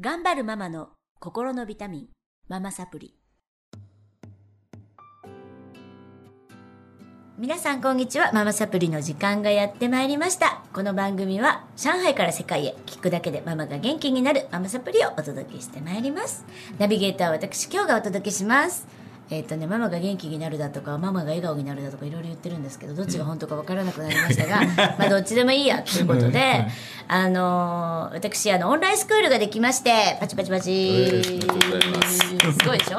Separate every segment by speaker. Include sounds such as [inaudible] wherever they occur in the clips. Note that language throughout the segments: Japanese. Speaker 1: 頑張るママの心のビタミン、ママサプリ。皆さんこんにちはママサプリの時間がやってまいりましたこの番組は上海から世界へ聞くだけでママが元気になるママサプリをお届けしてまいりますナビゲーターは私今日がお届けしますえっ、とねママが元気になるだとかママが笑顔になるだとかいろいろ言ってるんですけどどっちが本当か分からなくなりましたが、 [laughs] まあどっちでもいいやということであのー私あのオンラインスクールができましてパチパチパチ
Speaker 2: えーありがとうございます
Speaker 1: すごいでしょ、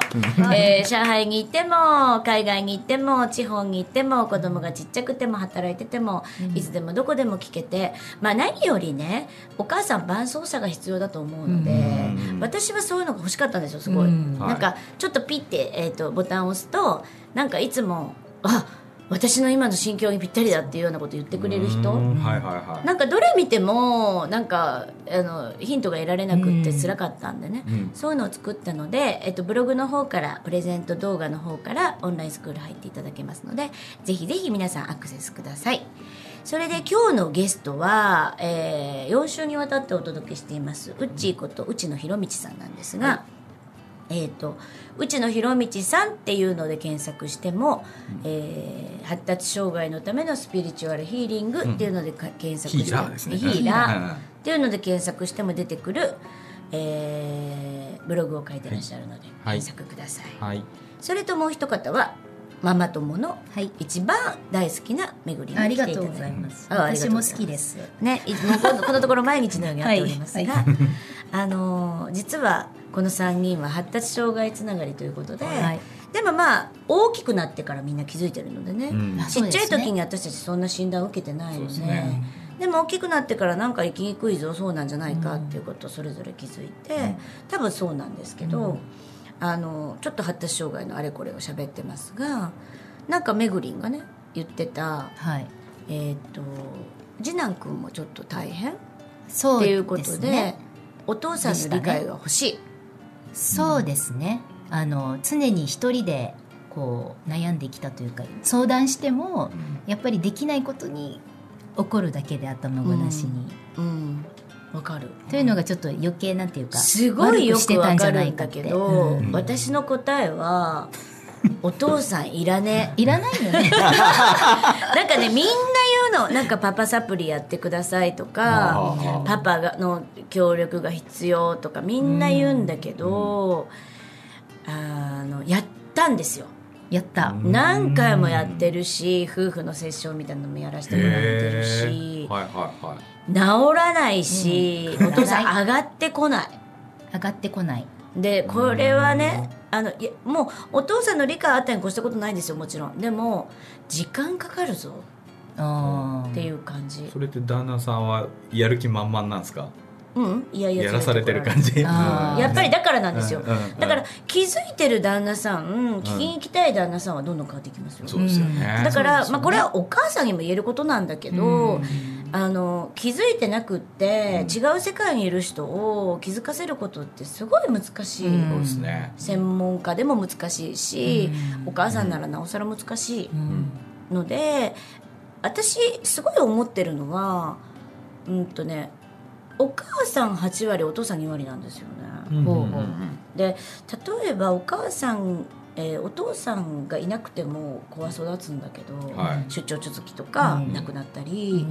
Speaker 1: えー上海に行っても海外に行っても地方に行っても子供がちっちゃくても働いてても、いつでもどこでも聞けて、まあ、何よりねお母さん伴走者が必要だと思うので、私はそういうのが欲しかったんですよすごい、
Speaker 3: うん
Speaker 1: なんかちょっとピッて、えー、とボタンを押すとなんかいつもあ私の今の心境にぴったりだっていうようなこと言ってくれる人、
Speaker 2: うんはいはいはい
Speaker 1: なんかどれ見てもなんかあのヒントが得られなくって辛かったんでね、
Speaker 2: うん
Speaker 1: そういうのを作ったので、えっと、ブログの方からプレゼント動画の方からオンラインスクール入っていただけますのでぜひぜひ皆さんアクセスくださいそれで今日のゲストは、え4週にわたってお届けしていますうっちーこと内野博道さんなんですが、えー、と内野博道さんっていうので検索しても、えー発達障害のためのスピリチュアルヒーリングっていうのでか、検索して
Speaker 2: ヒーラーですね
Speaker 1: ヒーラ
Speaker 2: うん
Speaker 1: ーっていうので検索しても出てくる、えーブログを書いてらっしゃるので、
Speaker 4: はい
Speaker 1: 検索ください、
Speaker 4: はい。
Speaker 1: それともう一方はママ友の
Speaker 3: はい
Speaker 1: 一番大好きなめぐりに
Speaker 3: あり
Speaker 1: 来
Speaker 3: が
Speaker 1: ていた
Speaker 3: と
Speaker 1: だ
Speaker 3: う
Speaker 1: い
Speaker 3: ご
Speaker 1: て
Speaker 3: ざいます。
Speaker 1: あありが
Speaker 3: 私
Speaker 1: とうござい
Speaker 3: も
Speaker 1: ます
Speaker 3: 好きです。
Speaker 1: ね、いもうこのこのところ毎日のようにやっておりますが、
Speaker 3: はいは
Speaker 1: [laughs] あの実はこの3人は発達障害つながりということで、
Speaker 3: はい
Speaker 1: でもまあ大きくなってからみんな気づいてるのでね、
Speaker 2: うん
Speaker 1: ちっちゃい
Speaker 3: そうです
Speaker 1: 時
Speaker 3: ね
Speaker 1: に私たちそんな診断を受けてないの
Speaker 2: そうで
Speaker 1: です
Speaker 2: ね
Speaker 1: でも大きくなってからなんか生きにくいぞそうなんじゃないかっていうことをそれぞれ気づいて、多分そうなんですけど、あのちょっと発達障害のあれこれを喋ってますがなんかめぐりんがね言ってた
Speaker 3: はい。
Speaker 1: えー、と次男君もちょっと大変っ
Speaker 3: そ
Speaker 1: ていうことで
Speaker 3: ですね。
Speaker 1: お父さんの理解が欲しい、
Speaker 3: そうですね。あの常に一人でこう悩んできたというか、相談してもやっぱりできないことに怒るだけで頭ごなしに、
Speaker 1: うんわかる
Speaker 3: というのがちょっと余計なんていうか、
Speaker 1: すごいよ
Speaker 3: 悪して
Speaker 1: く
Speaker 3: た
Speaker 1: わ
Speaker 3: んじ
Speaker 1: か
Speaker 3: ゃな
Speaker 1: る
Speaker 3: い
Speaker 1: ん
Speaker 3: か
Speaker 1: だ
Speaker 3: って
Speaker 1: けど、
Speaker 3: うん
Speaker 1: 私の答え
Speaker 3: [laughs]
Speaker 1: はお父さんいらねえ
Speaker 3: いらないよ
Speaker 1: なん
Speaker 3: ね。 [laughs]
Speaker 1: かねみんな言うのなんかパパサプリやってくださいと
Speaker 2: あ
Speaker 1: か
Speaker 2: ー
Speaker 1: パパがの協力が必要とかみんな言うんだけど、あのやったんですよ
Speaker 3: やった。
Speaker 1: 何回もやってるし夫婦のセッションみたいなのもやらせてもらってるし、
Speaker 2: はいはいはい
Speaker 1: 治らないし、
Speaker 3: うん
Speaker 1: お父さ
Speaker 3: 治ら
Speaker 1: ん上がってこない
Speaker 3: 上がってこない。
Speaker 1: でこれはねあのいやもうお父さんの理解あったに越したことないんですよもちろんでも時間かかるぞ
Speaker 3: あ
Speaker 1: っていう感じ
Speaker 2: それって旦那さんはやる気満々なんですか
Speaker 1: うんいやいや
Speaker 2: やらされてる感じ
Speaker 3: あー
Speaker 1: やっぱりだからなんですよ、
Speaker 2: うんうんうん
Speaker 1: だから気づいてる旦那さん聞きに行きたい旦那さんはどんどん変わってきますよ、
Speaker 2: そうですよね
Speaker 1: だから、
Speaker 3: そうですよね
Speaker 1: まあ、これはお母さんにも言えることなんだけど、あの気づいてなくって、違う世界にいる人を気づかせることってすごい難しい、
Speaker 3: うん
Speaker 2: そうですね
Speaker 1: 専門家でも難しいし、お母さんならなおさら難しい
Speaker 3: あ、うん
Speaker 1: ので、私すごい思ってるのはうんとねお母さん8割お父さん2割なんですよね。
Speaker 2: うん
Speaker 3: ほうほう
Speaker 2: うんうん
Speaker 1: で例えばお母さん、えーお父さんがいなくても子は育つんだけど、
Speaker 2: はい
Speaker 1: 出張続きとか
Speaker 3: うん
Speaker 1: 亡くなったり、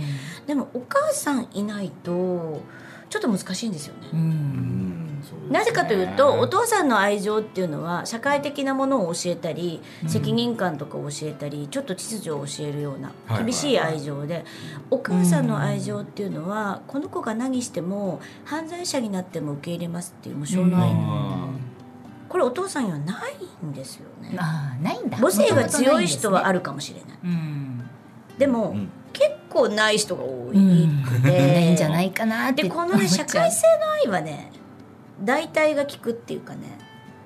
Speaker 1: でもお母さんいないとちょっと難しいんですよね。
Speaker 3: うん
Speaker 2: うんそうですね
Speaker 1: なぜかというとお父さんの愛情っていうのは社会的なものを教えたり、責任感とかを教えたりちょっと秩序を教えるような
Speaker 2: はいはい
Speaker 1: 厳しい愛情で、お母さんの愛情っていうのは、この子が何しても犯罪者になっても受け入れますっていう無償の愛、
Speaker 2: うん
Speaker 1: これお父さんにはないんですよね。
Speaker 3: あーないんだ。
Speaker 1: 母性が強い人はあ
Speaker 3: る。
Speaker 1: るかもしれない
Speaker 3: うん。
Speaker 1: でも、
Speaker 2: うん
Speaker 1: 結構ない人が多い、
Speaker 3: うんないんじゃ
Speaker 1: い
Speaker 3: ないかなって
Speaker 1: でこの
Speaker 3: 思
Speaker 1: ね
Speaker 3: っちゃ
Speaker 1: 社
Speaker 3: う
Speaker 1: 会性の愛はね大体が効くっていうかね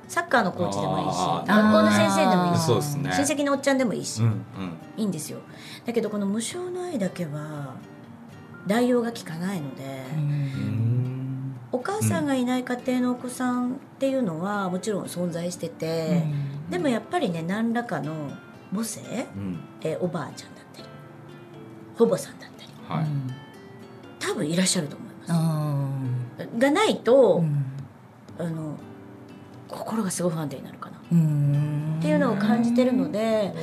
Speaker 1: サッカーのコーチでもいいし
Speaker 2: あー
Speaker 1: 学校の先生でもいいし
Speaker 2: そうですね
Speaker 1: 親戚のおっちゃんでもいいし、
Speaker 2: うんうん
Speaker 1: いいんですよだけどこの無償の愛だけは代用が効かないので、
Speaker 2: うん
Speaker 1: お母さんがいない家庭のお子さんっていうのはもちろん存在してて、でもやっぱりね何らかの母性、
Speaker 2: うん
Speaker 1: えーおばあちゃんだったりほぼさんだったり
Speaker 2: はい
Speaker 1: 多分いらっしゃると思います
Speaker 3: あ
Speaker 1: がないと、
Speaker 3: ーうん
Speaker 1: あの心がすごい不安定になるかなっ
Speaker 3: うん
Speaker 1: ていうのを感じてるので
Speaker 2: うん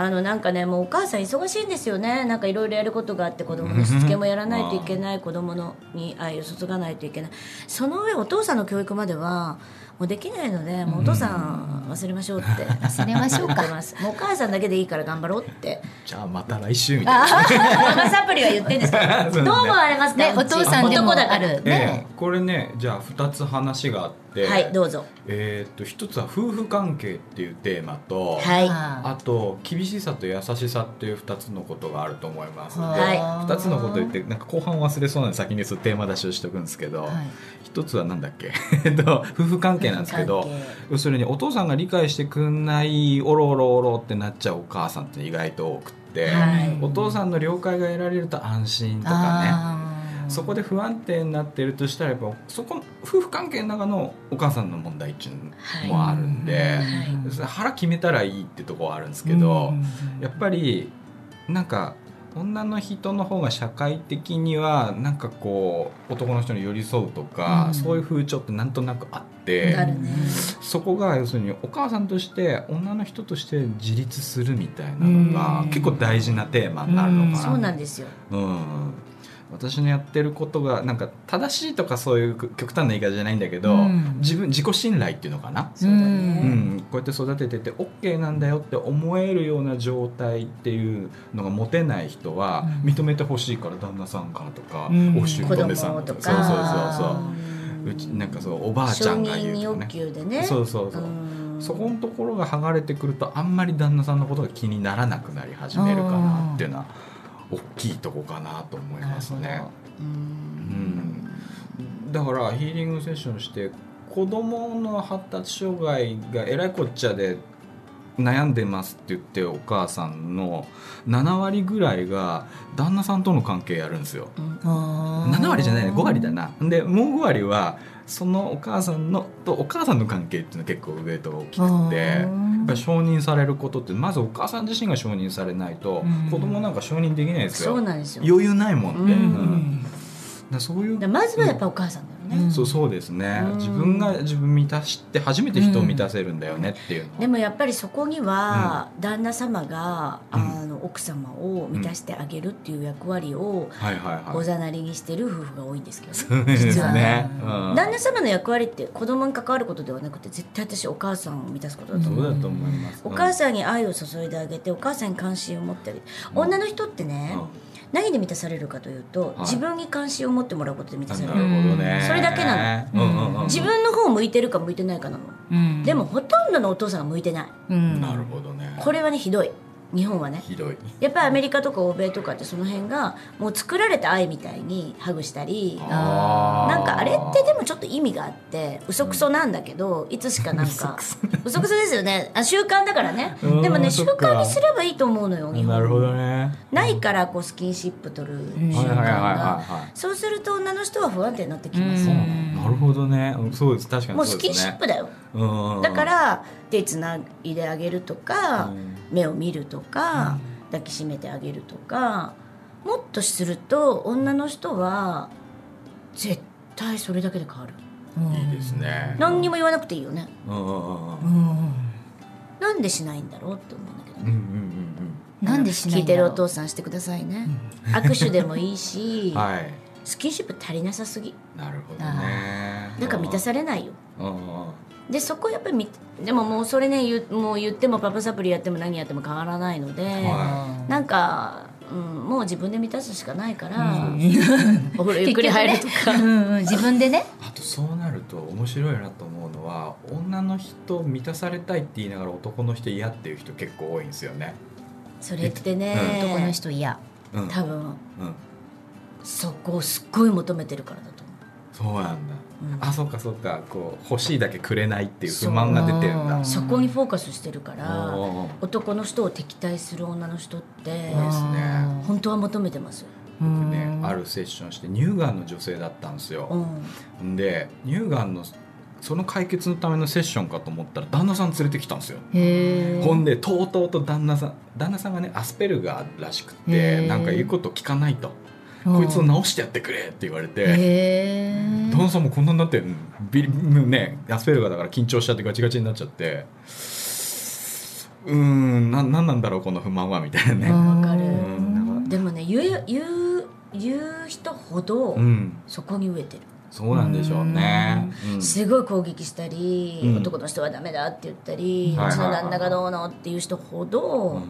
Speaker 1: あのなんかねもうお母さん忙しいんですよねなんかいろいろやることがあって子供のしつけもやらないといけない子供のに愛を注がないといけないその上お父さんの教育まではもうできないのでもうお父さん忘れましょうって
Speaker 3: 忘れましょ
Speaker 1: [laughs]
Speaker 3: う
Speaker 1: 言って
Speaker 3: か
Speaker 1: ますもうお母さんだけでいいから頑張ろうって
Speaker 2: じゃあまた来週みたいな。
Speaker 1: ママサプリは言ってんですけど
Speaker 2: [laughs] そうですね
Speaker 1: どう思われますか、
Speaker 3: ね
Speaker 1: うち
Speaker 3: お父さんでも
Speaker 1: 男だか
Speaker 3: あ
Speaker 1: ら
Speaker 3: る
Speaker 2: え
Speaker 3: ね
Speaker 2: えこれねじゃあ二つ話があって、
Speaker 1: はいどうぞ
Speaker 2: えーっと一つは夫婦関係っていうテーマと、
Speaker 1: はい
Speaker 2: あと厳しさと優しさっていう二つのことがあると思いますので、
Speaker 1: はい
Speaker 2: 二つのこと言ってなんか後半忘れそうなんで先にそのテーマ出しをしておくんですけど、
Speaker 3: はい
Speaker 2: 一つはなんだっけ [laughs] えっと夫婦関係なんですけど
Speaker 1: 関係
Speaker 2: 要するにお父さんが理解してくんないおろおろおろってなっちゃうお母さんって意外と多くって、
Speaker 1: はい
Speaker 2: お父さんの了解が得られると安心とかね
Speaker 3: あー
Speaker 2: そこで不安定になってるとしたらやっぱそこ夫婦関係の中のお母さんの問題っていうのもあるんで、
Speaker 1: はい
Speaker 2: それ腹決めたらいいってとこはあるんですけど。やっぱりなんか女の人の方が社会的にはなんかこう男の人に寄り添うとか、
Speaker 3: うん
Speaker 2: そういう風潮ってなんとなくあっ
Speaker 1: な
Speaker 2: て
Speaker 1: るね
Speaker 2: そこが要するにお母さんとして女の人として自立するみたいなのが
Speaker 3: うん
Speaker 2: 結構大事なテーマになるのか
Speaker 1: そう
Speaker 2: な。
Speaker 1: なんですよ
Speaker 2: うん私のやってることがなんか正しいとかそういう極端な言い方じゃないんだけど、
Speaker 3: うん
Speaker 2: 自分自己信頼っていうのかな、
Speaker 1: そうだね
Speaker 2: う
Speaker 3: うん
Speaker 2: ん、こうやって育ててて OK なんだよって思えるような状態っていうのが持てない人は
Speaker 3: うん
Speaker 2: 認めてほしいから旦那さんからとか、
Speaker 3: うん
Speaker 2: お姑
Speaker 1: 子供
Speaker 2: さん
Speaker 1: と
Speaker 2: そうそうそう
Speaker 1: か
Speaker 2: そううちなんかそうおばあちゃ
Speaker 1: 承
Speaker 2: んが
Speaker 1: 認
Speaker 2: 言う
Speaker 1: 欲
Speaker 2: とかね
Speaker 1: 求でね
Speaker 2: そうそうそう、
Speaker 1: うん
Speaker 2: そこのところが剥がれてくるとあんまり旦那さんのことが気にならなくなり始めるかなっていうのは大きいとこかなと思います
Speaker 3: な
Speaker 2: ね
Speaker 3: るほ。
Speaker 1: うん
Speaker 2: だからヒーリングセッションして子供の発達障害がえらいこっちゃで悩んでますって言ってお母さんの7割ぐらいが旦那さんとの関係やるんですよ。
Speaker 3: あー
Speaker 2: 7割じゃないね5割だな。でもう5割はそのお母さんのとお母さんの関係っていうの結構ウエイトが大きくて
Speaker 3: あ
Speaker 2: や
Speaker 3: ー
Speaker 2: っぱり承認されることってまずお母さん自身が承認されないと
Speaker 3: うん
Speaker 2: 子供なんか承認できないです
Speaker 1: そ
Speaker 2: よ
Speaker 1: う。なんですよ
Speaker 2: 余裕ないもんって。
Speaker 1: う
Speaker 2: うんんだからそういう
Speaker 1: だからまずはやっぱお母さんだよね、
Speaker 3: うん
Speaker 2: そうそうですね、
Speaker 1: うん
Speaker 2: 自分が自分満たして初めて人を満たせるんだよねっていうのは、
Speaker 1: でもやっぱりそこには旦那様が、
Speaker 2: うん
Speaker 1: あの奥様を満たしてあげるっていう役割を
Speaker 2: はいはいは
Speaker 1: お
Speaker 2: い
Speaker 1: ざなりにしてる夫婦が多いんですけど、ね
Speaker 2: そうです
Speaker 3: 実は
Speaker 2: ね
Speaker 3: ね、
Speaker 2: うん、
Speaker 1: 旦那様の役割って子供に関わることではなくて絶対私お母さんを満たすことだと
Speaker 2: そ
Speaker 1: 思う、
Speaker 2: うだと思います、
Speaker 1: お母さんに愛を注いであげてお母さんに関心を持ってあげて
Speaker 2: うん
Speaker 1: 女の人ってね、何で満たされるかというと、
Speaker 2: い
Speaker 1: 自分に関心を持ってもらうことで満たさ
Speaker 2: うん、
Speaker 1: れ
Speaker 2: な
Speaker 1: る、
Speaker 2: るほどね、
Speaker 1: それだけな
Speaker 3: の
Speaker 2: うんうんうん、
Speaker 1: 自分の方向いてるか向いてないかなの、
Speaker 3: うん
Speaker 1: でも、ほとんどのお父さんが向いてない
Speaker 3: うん
Speaker 2: なるほどね
Speaker 1: これはねひどい日本はね
Speaker 2: ひどい
Speaker 1: やっぱりアメリカとか欧米とかってその辺がもう作られた愛みたいにハグしたり
Speaker 3: あ
Speaker 1: なんかあれってでもちょっと意味があって嘘くそなんだけどいつしかなんか嘘くそですよねあ習慣だからね
Speaker 2: うん
Speaker 1: でもね習
Speaker 2: そっか
Speaker 1: 慣にすればいいと思うのよ日本
Speaker 2: なるほどね
Speaker 1: ないからこうスキンシップ取る習
Speaker 2: は
Speaker 1: 慣
Speaker 2: いはいはいはい
Speaker 1: が
Speaker 2: は
Speaker 1: そうすると女の人は不安定になってきま
Speaker 2: い
Speaker 1: す
Speaker 2: そううんなのなるほどねうんそうです確か
Speaker 1: もう
Speaker 2: にそ
Speaker 1: ス
Speaker 2: う
Speaker 1: キ
Speaker 2: で
Speaker 1: ン
Speaker 2: す
Speaker 1: シッ
Speaker 2: ね
Speaker 1: プだよ
Speaker 2: うんうん
Speaker 1: だから手つないであげるとか
Speaker 2: うん
Speaker 1: 目を見るとか抱きしめてあげるとかもっとすると女の人は絶対それだけで変わる
Speaker 3: うん
Speaker 2: いいですね
Speaker 1: 何にも言わなくていいよね
Speaker 2: うんうんうん
Speaker 3: う
Speaker 2: うん
Speaker 3: ん
Speaker 1: なんでしないんだろうって思うんだけど
Speaker 2: うんうん
Speaker 1: ね
Speaker 2: うん
Speaker 3: なんでしない
Speaker 1: 聞い
Speaker 3: ん
Speaker 1: て
Speaker 3: だ
Speaker 1: る
Speaker 3: ろう
Speaker 1: お父さんしてくださいね握手でもいいし、
Speaker 2: うん [laughs] はい
Speaker 1: スキンシップ足りなさすぎ
Speaker 2: なるほどね
Speaker 1: だから満たされないよ
Speaker 2: うんうん
Speaker 1: でそこやっぱりみでももうそれね言うもう言ってもパパサプリやっても何やっても変わらないので、
Speaker 2: は
Speaker 1: なんか、うん、もう自分で満たすしかないから、
Speaker 3: うん
Speaker 1: お風呂ゆっくり入るとか、
Speaker 3: うんうん自分でね
Speaker 2: あとそうなると面白いなと思うのは女の人満たされたいって言いながら男の人嫌っていう人結構多いんですよね。
Speaker 1: それって
Speaker 3: 男の
Speaker 1: ね、
Speaker 3: 人嫌
Speaker 2: うん、
Speaker 1: 多分
Speaker 2: うん、
Speaker 1: そこをすっごい求めてるからだと思
Speaker 2: そうなんだ。
Speaker 1: う、うん
Speaker 2: あそうかそうかこう欲しいだけくれないっていう不満が出てるんだ。
Speaker 3: そ
Speaker 1: そ
Speaker 3: う
Speaker 1: こにフォーカスしてるから
Speaker 2: おー
Speaker 1: 男の人を敵対する女の人って
Speaker 2: そうですね
Speaker 1: 本当は求めてますよ、
Speaker 3: うん
Speaker 2: ね、あるセッションして乳がんの女性だったんです
Speaker 1: う
Speaker 2: よ。
Speaker 1: ん、
Speaker 2: で乳がんのその解決のためのセッションかと思ったら旦那さん連れてきたんですよ。
Speaker 3: へー
Speaker 2: ほんでとうとうと旦那さん旦那さんがねアスペルガーらしく
Speaker 3: へ
Speaker 2: て
Speaker 3: ー
Speaker 2: なんか言うこと聞かないと
Speaker 3: うん
Speaker 2: こいつを直してやってくれって言われて、
Speaker 3: へえ
Speaker 2: 旦那さんもこんなになってビリもうねアスペルガーだから緊張しちゃってガチガチになっちゃってうーんななんなんだろうこの不満はみたいなね。
Speaker 1: わかる
Speaker 2: うんなんか
Speaker 1: でもね言う言う言う人ほど、
Speaker 2: うん
Speaker 1: そこに飢えてる
Speaker 2: そうなんでしょうね。うん
Speaker 1: すごい攻撃したり、
Speaker 2: うん
Speaker 1: 男の人はダメだって言ったり、
Speaker 2: はいう
Speaker 1: ちの
Speaker 2: はいはい
Speaker 1: 旦那がどうのっていう人ほど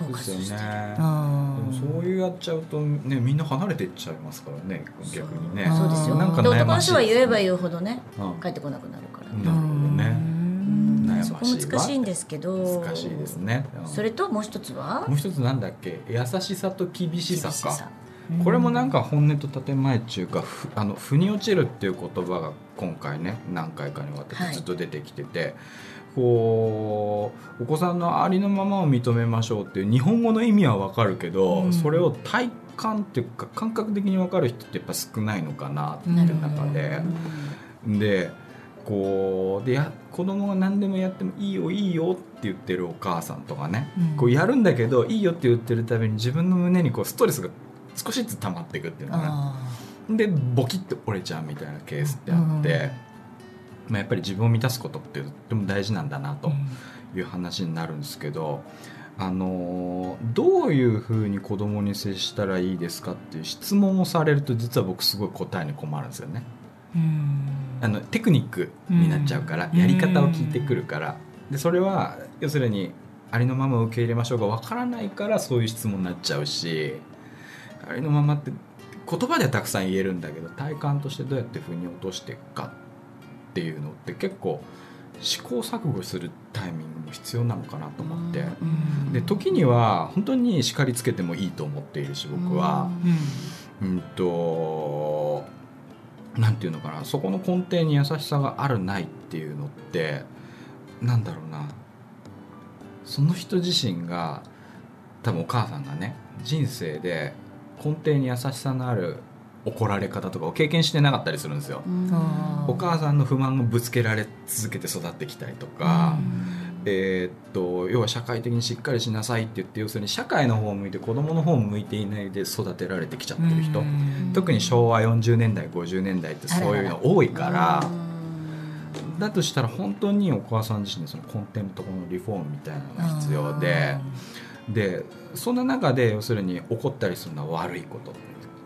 Speaker 1: フォーカス
Speaker 2: で
Speaker 1: し
Speaker 2: す
Speaker 1: て
Speaker 2: よ
Speaker 1: る、
Speaker 2: ね。
Speaker 3: あ
Speaker 2: でもそういうやっちゃうとねみんな離れていっちゃいますからね逆にね
Speaker 1: そうですよ
Speaker 2: なんか
Speaker 1: で
Speaker 2: 悩
Speaker 1: 男の
Speaker 2: ましい
Speaker 1: 人は言えば言うほどね
Speaker 2: うん
Speaker 1: 帰ってこなくなるから、
Speaker 2: なるほどね
Speaker 1: うん
Speaker 2: 悩ましい
Speaker 1: そ
Speaker 2: わ
Speaker 1: こ難しいんですけど
Speaker 2: 難しいですねうん
Speaker 1: それともう一つは
Speaker 2: もう一つなんだっけ優しさと厳しさ
Speaker 1: 厳し
Speaker 2: かこれもなんか本音と建前っていうかふあの腑に落ちるっていう言葉が今回ね何回かにわたっ
Speaker 1: は
Speaker 2: て
Speaker 1: い
Speaker 2: ずっと出てきてて、こうお子さんのありのままを認めましょうっていう日本語の意味はわかるけど、
Speaker 3: うん
Speaker 2: それを体感っていうか感覚的にわかる人ってやっぱ少ないのかなって
Speaker 3: な
Speaker 2: いう
Speaker 3: るほど
Speaker 2: 中で。
Speaker 1: うん
Speaker 2: でこうでや子供が何でもやってもいいよいいよって言ってるお母さんとかね、
Speaker 3: うん
Speaker 2: こうやるんだけどいいよって言ってるたびに自分の胸にこうストレスが少しずつ溜まっていくっていうのかな
Speaker 3: あ
Speaker 2: でボキッて折れちゃうみたいなケースってあって、まあ、やっぱり自分を満たすことってとっても大事なんだな
Speaker 3: ーう
Speaker 2: と
Speaker 3: ん
Speaker 2: いう話になるんですけど。あのーどういうふうに子供に接したらいいですかっていう質問をされると実は僕すごい答えに困るんですよね。
Speaker 3: うん
Speaker 2: あのテクニックになっちゃうから、
Speaker 3: うん
Speaker 2: やり方を聞いてくるから、でそれは要するにありのままを受け入れましょうがわからないからそういう質問になっちゃうしありのままって言葉ではたくさん言えるんだけど体感としてどうやって腑に落としていくかっていうのって結構試行錯誤するタイミングも必要なのかなと思って。
Speaker 1: うん
Speaker 2: で時には本当に叱りつけてもいいと思っているし僕は、
Speaker 3: うん
Speaker 2: うんとなんていうのかなそこの根底に優しさがあるないっていうのってなんだろうなその人自身が多分お母さんがね人生で根底に優しさのある怒られ方とかを経験してなかったりするんですよ
Speaker 1: う。ん
Speaker 3: あー
Speaker 2: お母さんの不満をぶつけられ続けて育ってきたりとか、えーっと要は社会的にしっかりしなさいって言って要するに社会の方を向いて子供の方を向いていないで育てられてきちゃってる人、
Speaker 3: うん
Speaker 2: 特に昭和40年代50年代ってそういうの多いから
Speaker 1: うん
Speaker 2: だとしたら本当にお母さん自身のその根底のところのリフォームみたいなのが必要ででそんな中で要するに怒ったりするのは悪いこと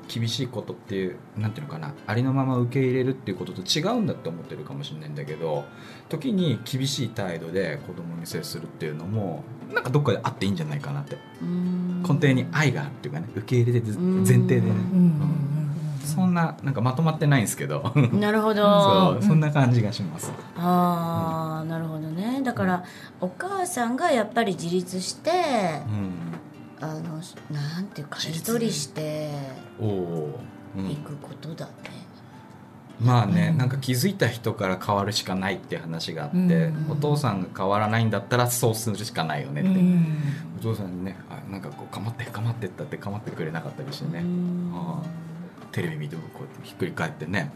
Speaker 2: 厳しいことっていうなんていうのかなありのまま受け入れるっていうことと違うんだって思ってるかもしれないんだけど時に厳しい態度で子供に接するっていうのもなんかどっかであっていいんじゃないかなって
Speaker 1: うん
Speaker 2: 根底に愛があるっていうかね受け入れてず前提でね
Speaker 3: うんうんうん
Speaker 2: そんななんかまとまってないんですけど。
Speaker 1: なるほど
Speaker 2: そう、
Speaker 3: ん
Speaker 2: そんな感じがします。
Speaker 1: ああなるほどねだからお母さんがやっぱり自立して
Speaker 2: うん、
Speaker 1: あのなんていうか
Speaker 2: 自
Speaker 1: 一
Speaker 2: 立ね
Speaker 1: 人して
Speaker 2: おお、う
Speaker 1: い
Speaker 2: ん、
Speaker 1: くことだね、
Speaker 2: まあね、
Speaker 3: うん
Speaker 2: なんか気づいた人から変わるしかないっていう話があって、
Speaker 3: うん
Speaker 2: お父さんが変わらないんだったらそうするしかないよねって、
Speaker 3: うん
Speaker 2: お父さんにねあなんかこう「かまってかまって」ったってかまってくれなかったりしてね、
Speaker 1: うん
Speaker 2: あテレビ見てもこうやってひっくり返ってね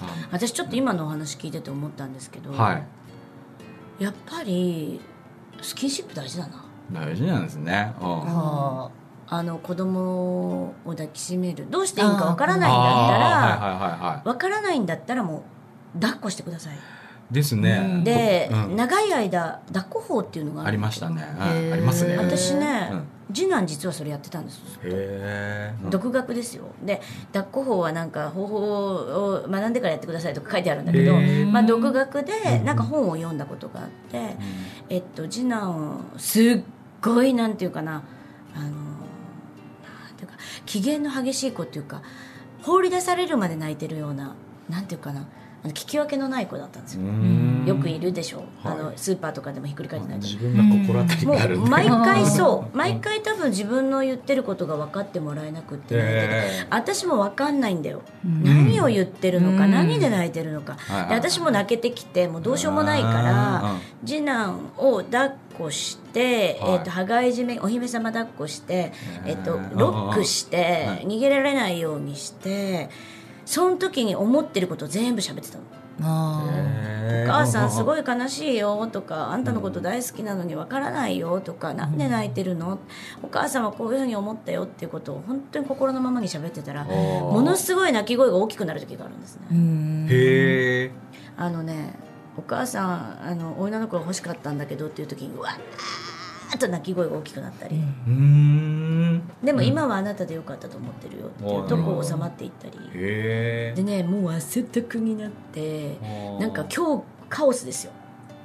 Speaker 2: あ
Speaker 1: [laughs] 私ちょっと今のお話聞いてて思ったんですけど、
Speaker 2: はい
Speaker 1: やっぱりスキンシップ大事だな
Speaker 2: 大事なんですね、うん
Speaker 3: は
Speaker 1: あの子供を抱きしめるどうしていいんかわからないんだった
Speaker 2: あー
Speaker 1: ら
Speaker 2: はいはいはいは
Speaker 1: わからないんだったらもう抱っこしてください
Speaker 2: いですね
Speaker 1: で、
Speaker 2: うん
Speaker 1: 長い間抱っこ法っていうのが
Speaker 2: ありましたね、
Speaker 3: へ
Speaker 2: う
Speaker 3: ー
Speaker 2: ん、ありますね
Speaker 1: 私ね、
Speaker 2: うん
Speaker 1: 次男実はそれやってたんです
Speaker 2: へえ、
Speaker 1: 独学ですよで抱っこ法はなんか方法を学んでからやってくださいとか書いてあるんだけど、
Speaker 2: へー
Speaker 1: まあ、独学で
Speaker 2: うん
Speaker 1: なんか本を読んだことがあって、えっと、次男をすっごいなんていうかなあのなんていうか機嫌の激しい子っていうか放り出されるまで泣いてるようななんていうかなあの聞き分けのない子だったんですよ、
Speaker 2: うん
Speaker 1: よくいるでしょ、
Speaker 2: はい
Speaker 1: あのスーパーとかでもひっくり返って泣いてる
Speaker 2: 自分が心当たり
Speaker 1: も
Speaker 2: がある
Speaker 1: うん
Speaker 2: だ
Speaker 1: 毎
Speaker 2: よ
Speaker 1: 回そう毎回多分自分の言ってることが分かってもらえなくって泣いてる、
Speaker 2: え
Speaker 1: 私も分かんないんだよ、
Speaker 3: うん
Speaker 1: 何を言ってるのか、
Speaker 3: うん
Speaker 1: 何で泣いてるのか、
Speaker 2: はいはい
Speaker 1: で私も泣けてきてもうどうしようもないから次男を抱っこして、
Speaker 2: はい
Speaker 1: えっと羽交い締めお姫様抱っこして、
Speaker 2: へー
Speaker 1: えっとロックして
Speaker 2: はい
Speaker 1: 逃げられないようにしてその時に思ってることを全部喋ってたの。
Speaker 3: あ
Speaker 1: お母さんすごい悲しいよとかあんたのこと大好きなのにわからないよとかなんで泣いてるのお母さんはこういうふうに思ったよっていうことを本当に心のままに喋ってたらも
Speaker 2: も
Speaker 1: のすごい泣き声が大きくなる時があるんです
Speaker 3: ーう
Speaker 1: ね。
Speaker 3: ん
Speaker 2: へえ
Speaker 1: あのねお母さんあの女の子が欲しかったんだけどっていう時にうわーっと泣き声が大きくなったり、
Speaker 3: うん
Speaker 2: うーん
Speaker 1: でも今はあなたでよかったと思ってるよっていうとこう収まっていったり、
Speaker 2: へ
Speaker 1: でねもう汗だくになって
Speaker 2: え
Speaker 1: なんか今日カオスですよ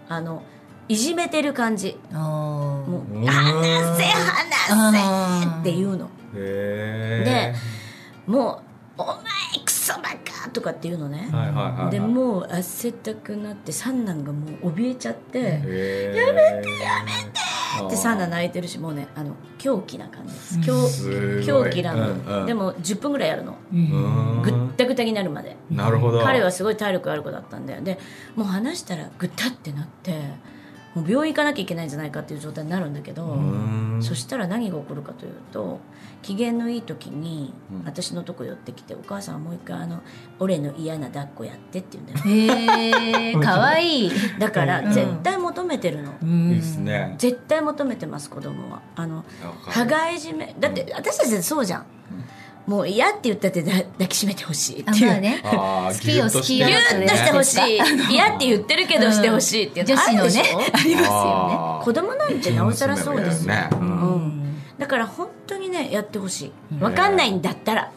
Speaker 1: あのいじめてる感じ
Speaker 3: あー
Speaker 1: もう
Speaker 2: うん
Speaker 1: 話せ話せっていうの
Speaker 2: へえ
Speaker 1: もうお前クソバカとかっていうのね
Speaker 2: はいはいはいはい
Speaker 1: でもう汗だくなって三男がもう怯えちゃって、
Speaker 2: へえやめてやめて
Speaker 1: で三男泣いてるしもうねあの狂気な感じです狂
Speaker 2: すご
Speaker 1: 狂
Speaker 2: い
Speaker 1: 気な
Speaker 2: うんう
Speaker 1: の
Speaker 2: ん
Speaker 1: でも10分ぐらいやるの
Speaker 3: う
Speaker 2: うんーん
Speaker 1: ぐったぐたになるまで
Speaker 2: なるほど
Speaker 1: 彼はすごい体力ある子だったんだよでもう話したらぐったってなってもう病院行かなきゃいけないんじゃないかっていう状態になるんだけど、
Speaker 2: うーん
Speaker 1: そしたら何が起こるかというと機嫌のいい時に
Speaker 2: うん
Speaker 1: 私のとこ寄ってきて「お母さんもう一回あの俺の嫌な抱っこやって」って言うんだよ
Speaker 2: [laughs]
Speaker 3: へえかわいい
Speaker 1: だから
Speaker 3: うん
Speaker 1: 絶対求めてるの、
Speaker 2: い
Speaker 3: い
Speaker 2: いっすね
Speaker 1: 絶対求めてます子供はあの
Speaker 2: わかる
Speaker 1: 羽交い締めだって私たちってそうじゃん、もう嫌って言ったってだ抱きしめてほしいって
Speaker 3: あ
Speaker 1: いう、
Speaker 3: まあね
Speaker 2: あー
Speaker 3: 好きよ
Speaker 2: ギュッとして
Speaker 3: 好き
Speaker 1: ギ
Speaker 3: よ
Speaker 1: ュ
Speaker 3: と
Speaker 1: ッとしてほしい嫌って言ってるけどしてほしいっていうのあるでしょ
Speaker 3: うん女子のねありますよ
Speaker 2: あー
Speaker 1: 子供なんてなおさらそうですよ
Speaker 2: ね、う
Speaker 3: ね
Speaker 1: うんん
Speaker 3: うん
Speaker 1: だから本当にねやってほし
Speaker 3: う
Speaker 1: い
Speaker 3: ん
Speaker 1: 分かんないんだったら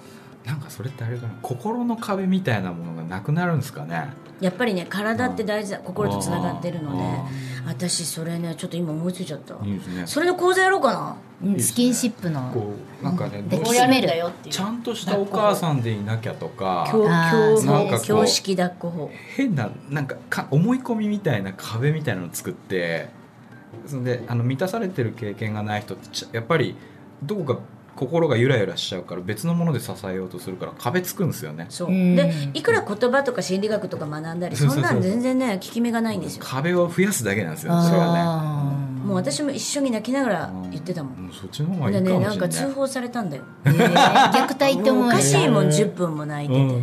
Speaker 2: なんかそれってあれかな心の壁みたいなものがなくなるんですかね
Speaker 1: やっぱりね体って大事だ心とつながってるの
Speaker 2: あ
Speaker 1: で私それねちょっと今思いついちゃった
Speaker 2: いいですね
Speaker 1: それの講座やろうかな
Speaker 3: うんスキンシップの
Speaker 2: こうなんかね
Speaker 3: 抱
Speaker 2: ど
Speaker 3: き
Speaker 2: う
Speaker 1: こう
Speaker 3: し
Speaker 1: や
Speaker 3: め
Speaker 1: るん
Speaker 3: る
Speaker 1: だよっていう
Speaker 2: ちゃんとしたお母さんでいなきゃとか
Speaker 1: 教
Speaker 3: あー
Speaker 1: 教
Speaker 2: なんかこう
Speaker 1: 教式抱っこ法
Speaker 2: 変ななんかか思い込みみたいな壁みたいなのを作ってそんであの満たされてる経験がない人ってちゃやっぱりどこか心がゆらゆらしちゃうから別のもので支えようとするから壁つくんですよね
Speaker 1: そう
Speaker 3: うん
Speaker 1: でいくら言葉とか心理学とか学んだり
Speaker 2: そう
Speaker 1: そ
Speaker 2: そうんそう
Speaker 1: なん全然ね効き目がないんですよ
Speaker 2: 壁を増やすだけなんですよねそれはね
Speaker 3: あー
Speaker 1: もう私も一緒に泣きながら
Speaker 2: うん
Speaker 1: 言ってたも
Speaker 2: うんんそっちの方がいい
Speaker 1: で
Speaker 2: か
Speaker 1: ね
Speaker 2: もしれな
Speaker 1: な
Speaker 2: い
Speaker 1: んか通報されたんだよ
Speaker 3: えー虐待って思
Speaker 1: お
Speaker 3: わ
Speaker 1: か
Speaker 3: れ
Speaker 1: しいもん
Speaker 2: へー
Speaker 1: 10分も泣いて
Speaker 2: うん
Speaker 1: て
Speaker 2: う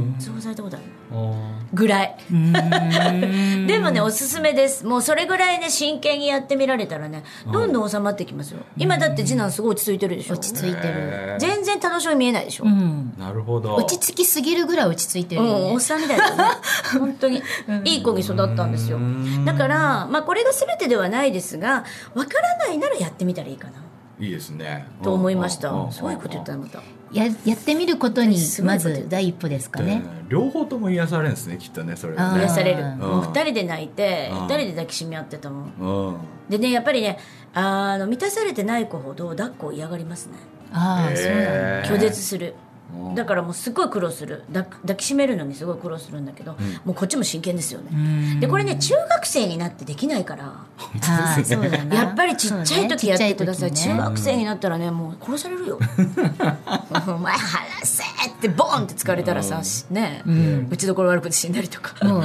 Speaker 2: ん
Speaker 1: 通報されたことある
Speaker 2: あ
Speaker 1: ぐらいで
Speaker 3: で
Speaker 1: もねおすすめですもうそれぐらいね真剣にやってみられたらねどんどん収まってきますよ今だって次男すごい落ち着いてるでしょ
Speaker 3: 落ち
Speaker 2: ー
Speaker 3: 着いてる
Speaker 2: へー
Speaker 1: 全然楽しみ見えないでしょ、う
Speaker 3: うんん
Speaker 2: なるほど
Speaker 3: 落ち着きすぎるぐらい落ち着いてるよ
Speaker 1: お
Speaker 3: ね
Speaker 1: っさんみたいだよね
Speaker 3: [laughs]
Speaker 1: 本当にいい子に育ったんですよ
Speaker 2: うん
Speaker 1: だから、まあ、これが全てではないですがわからないならやってみたらいいかない
Speaker 2: いですね
Speaker 1: と思いまし
Speaker 2: うんうんうんう
Speaker 1: た
Speaker 2: ん
Speaker 1: すごいこと言ったねまた
Speaker 3: ややってみることに
Speaker 1: すごい
Speaker 3: ま
Speaker 1: こと言
Speaker 3: ず
Speaker 1: う
Speaker 3: 第一歩ですか
Speaker 2: で
Speaker 3: ね
Speaker 2: 両方とも癒されるんですねきっとねそれは
Speaker 3: あー
Speaker 1: 癒
Speaker 2: ね
Speaker 1: される
Speaker 3: うん
Speaker 1: もう2人で泣いて
Speaker 2: うん
Speaker 1: 2人で抱きしめ合ってたもん
Speaker 2: うん
Speaker 1: でねやっぱりねあの満たされてない子ほど抱っこを嫌がりますね
Speaker 3: ああそうなんだ
Speaker 2: へー
Speaker 1: 拒絶する、
Speaker 2: うん
Speaker 1: だからもうすごい苦労する抱く抱きしめるのにすごい苦労するんだけど、もうこっちも真剣ですよね、でこれね中学生になってできないから
Speaker 3: あーそうだな
Speaker 1: やっぱりちっちゃい時やってください、
Speaker 3: そう
Speaker 1: 中
Speaker 3: ね
Speaker 1: 学生になったらねもう殺され
Speaker 3: [laughs]
Speaker 1: るよお前話せってボンって疲れたらさ、しね打ちどころ悪くて死んだりとか
Speaker 3: もう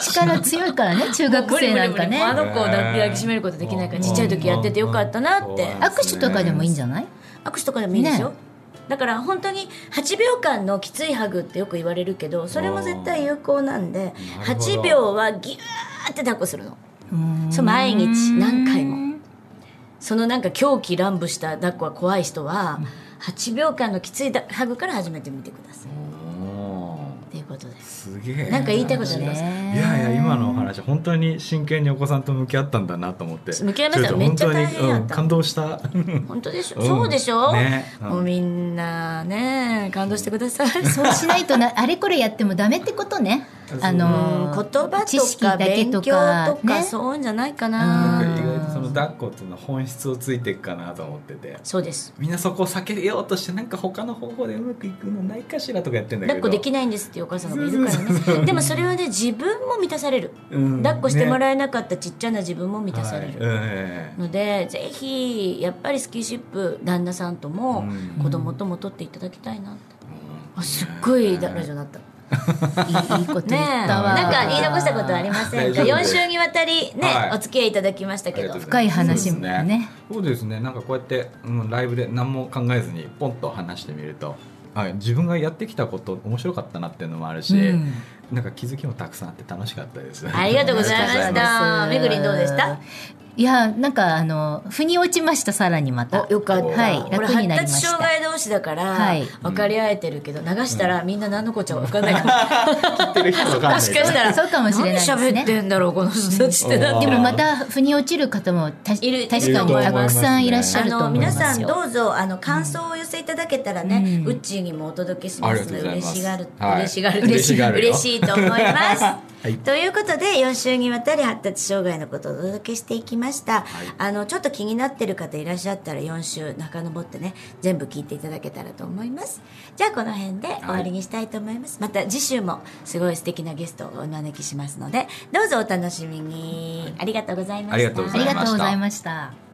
Speaker 3: 力強いから
Speaker 1: [laughs]
Speaker 3: ね中学生なんかね
Speaker 1: もう無理無理無理もうあの子を抱き抱きしめることできないからちっちゃい時やっててよかったなって
Speaker 2: うん
Speaker 3: 握手とかでもいいんじゃない
Speaker 1: 握手とかでもいいですよ、
Speaker 3: ね
Speaker 1: だから本当に8秒間のきついハグってよく言われるけどそれも絶対有効なんで
Speaker 2: あーなるほど
Speaker 1: 8秒はギューって抱っこするの
Speaker 3: うん
Speaker 1: そう毎日何回もそのなんか狂気乱舞した抱っこは怖い人は8秒間のきついだハグから始めてみてください
Speaker 2: おー
Speaker 1: っていうことです
Speaker 2: すげえ
Speaker 1: なんか言いたいこと
Speaker 2: い
Speaker 1: ね
Speaker 2: やいや今のお話本当に真剣にお子さんと向き合ったんだなと思って
Speaker 1: 向き合いましたよ
Speaker 2: ちょと本当に
Speaker 1: めっちゃ大変やった
Speaker 2: うん感動した
Speaker 1: 本当でしょ、
Speaker 2: うん
Speaker 1: そうでしょ、
Speaker 2: ね
Speaker 1: もうみんなね感動してください、
Speaker 3: そうしないとなあれこれやってもダメってことねあ
Speaker 1: うん
Speaker 3: の
Speaker 1: 言葉
Speaker 3: ー
Speaker 1: とか
Speaker 3: 知識だけ
Speaker 1: 勉強
Speaker 3: と
Speaker 1: とか
Speaker 3: かね
Speaker 1: そういうんじゃないか
Speaker 2: な
Speaker 1: な、
Speaker 2: んか意外とその抱っこっていうのは本質をついていくかなと思ってて
Speaker 1: そうです
Speaker 2: みんなそこを避けようとしてなんか他の方法でうまくいくのないかしらとかやってんだけ
Speaker 1: 抱っ
Speaker 2: ど
Speaker 1: こできないんですっていうお母さんがいるからねでもそれはね自分も満たされる
Speaker 2: うん
Speaker 1: 抱っこしても
Speaker 2: ね
Speaker 1: らえなかったちっちゃな自分も満たされ
Speaker 2: は
Speaker 1: る
Speaker 2: いうんええ
Speaker 1: ので、ぜひやっぱりスキンシップ旦那さんと
Speaker 2: う
Speaker 1: も
Speaker 2: ん
Speaker 1: 子供とも取っていただきたいなって、
Speaker 2: うん
Speaker 1: あすっごいラジオになった。
Speaker 3: いいいいこと
Speaker 1: ね
Speaker 3: 言っ
Speaker 1: え、
Speaker 3: たわ
Speaker 1: なんか言い残したことありませんか。
Speaker 2: 大丈夫で
Speaker 1: 4
Speaker 2: す
Speaker 1: 週にわたりね、
Speaker 2: はい
Speaker 1: お付き合いいただきましたけど
Speaker 2: ありがとうござい。
Speaker 3: 深い話もね
Speaker 2: そうですね。なんかこうやって、うん、ライブで何も考えずにポンと話してみるとはい、自分がやってきたこと面白かったなっていうのもあるし、
Speaker 3: うん
Speaker 2: なんか気づきもたくさんあって楽しかったです。
Speaker 1: ありがとうございました
Speaker 2: [laughs] ありがとうございま
Speaker 1: めぐりんどうでした
Speaker 3: いやなんかあの腑に落ちましたさらにまた
Speaker 1: およかった、
Speaker 2: はい
Speaker 1: これ
Speaker 3: 楽
Speaker 1: 発
Speaker 3: になりま
Speaker 1: 達
Speaker 3: した
Speaker 1: 障害同士だから、
Speaker 3: はい
Speaker 1: 分かり合えてるけど流したらみんな何のこっちゃ分かんないかも
Speaker 2: す聞いてる人わかんない
Speaker 1: もしかしたら
Speaker 3: そうかもしれないですね
Speaker 1: 何喋ってんだろうこの人たちってなって
Speaker 3: でもまた腑に落ちる方もた
Speaker 1: いる
Speaker 3: 確かにたくさんいらっしゃ
Speaker 1: あ
Speaker 3: ると
Speaker 1: の
Speaker 3: 思いま
Speaker 1: 皆
Speaker 3: すよ
Speaker 1: さんどうぞあの感想をお寄せいただけたらね、
Speaker 3: うん
Speaker 1: うっちーにもお届けしますので
Speaker 2: あ
Speaker 1: 嬉
Speaker 2: りがとうございます
Speaker 1: しがる、
Speaker 2: はい
Speaker 1: 嬉しがる
Speaker 2: 嬉しがるよ
Speaker 1: 嬉しいと思い
Speaker 2: [laughs]
Speaker 1: ます。
Speaker 2: い
Speaker 1: ということで4週にわたり発達障害のことをお届けしていきました、あのちょっと気になってる方いらっしゃったら4週遡ってね全部聞いていただけたらと思いますじゃあこの辺で終わりにしたいと思います、また次週もすごい素敵なゲストをお招きしますのでどうぞお楽しみに、ありがとうございました
Speaker 2: ありがとうございました
Speaker 3: ありがとうございました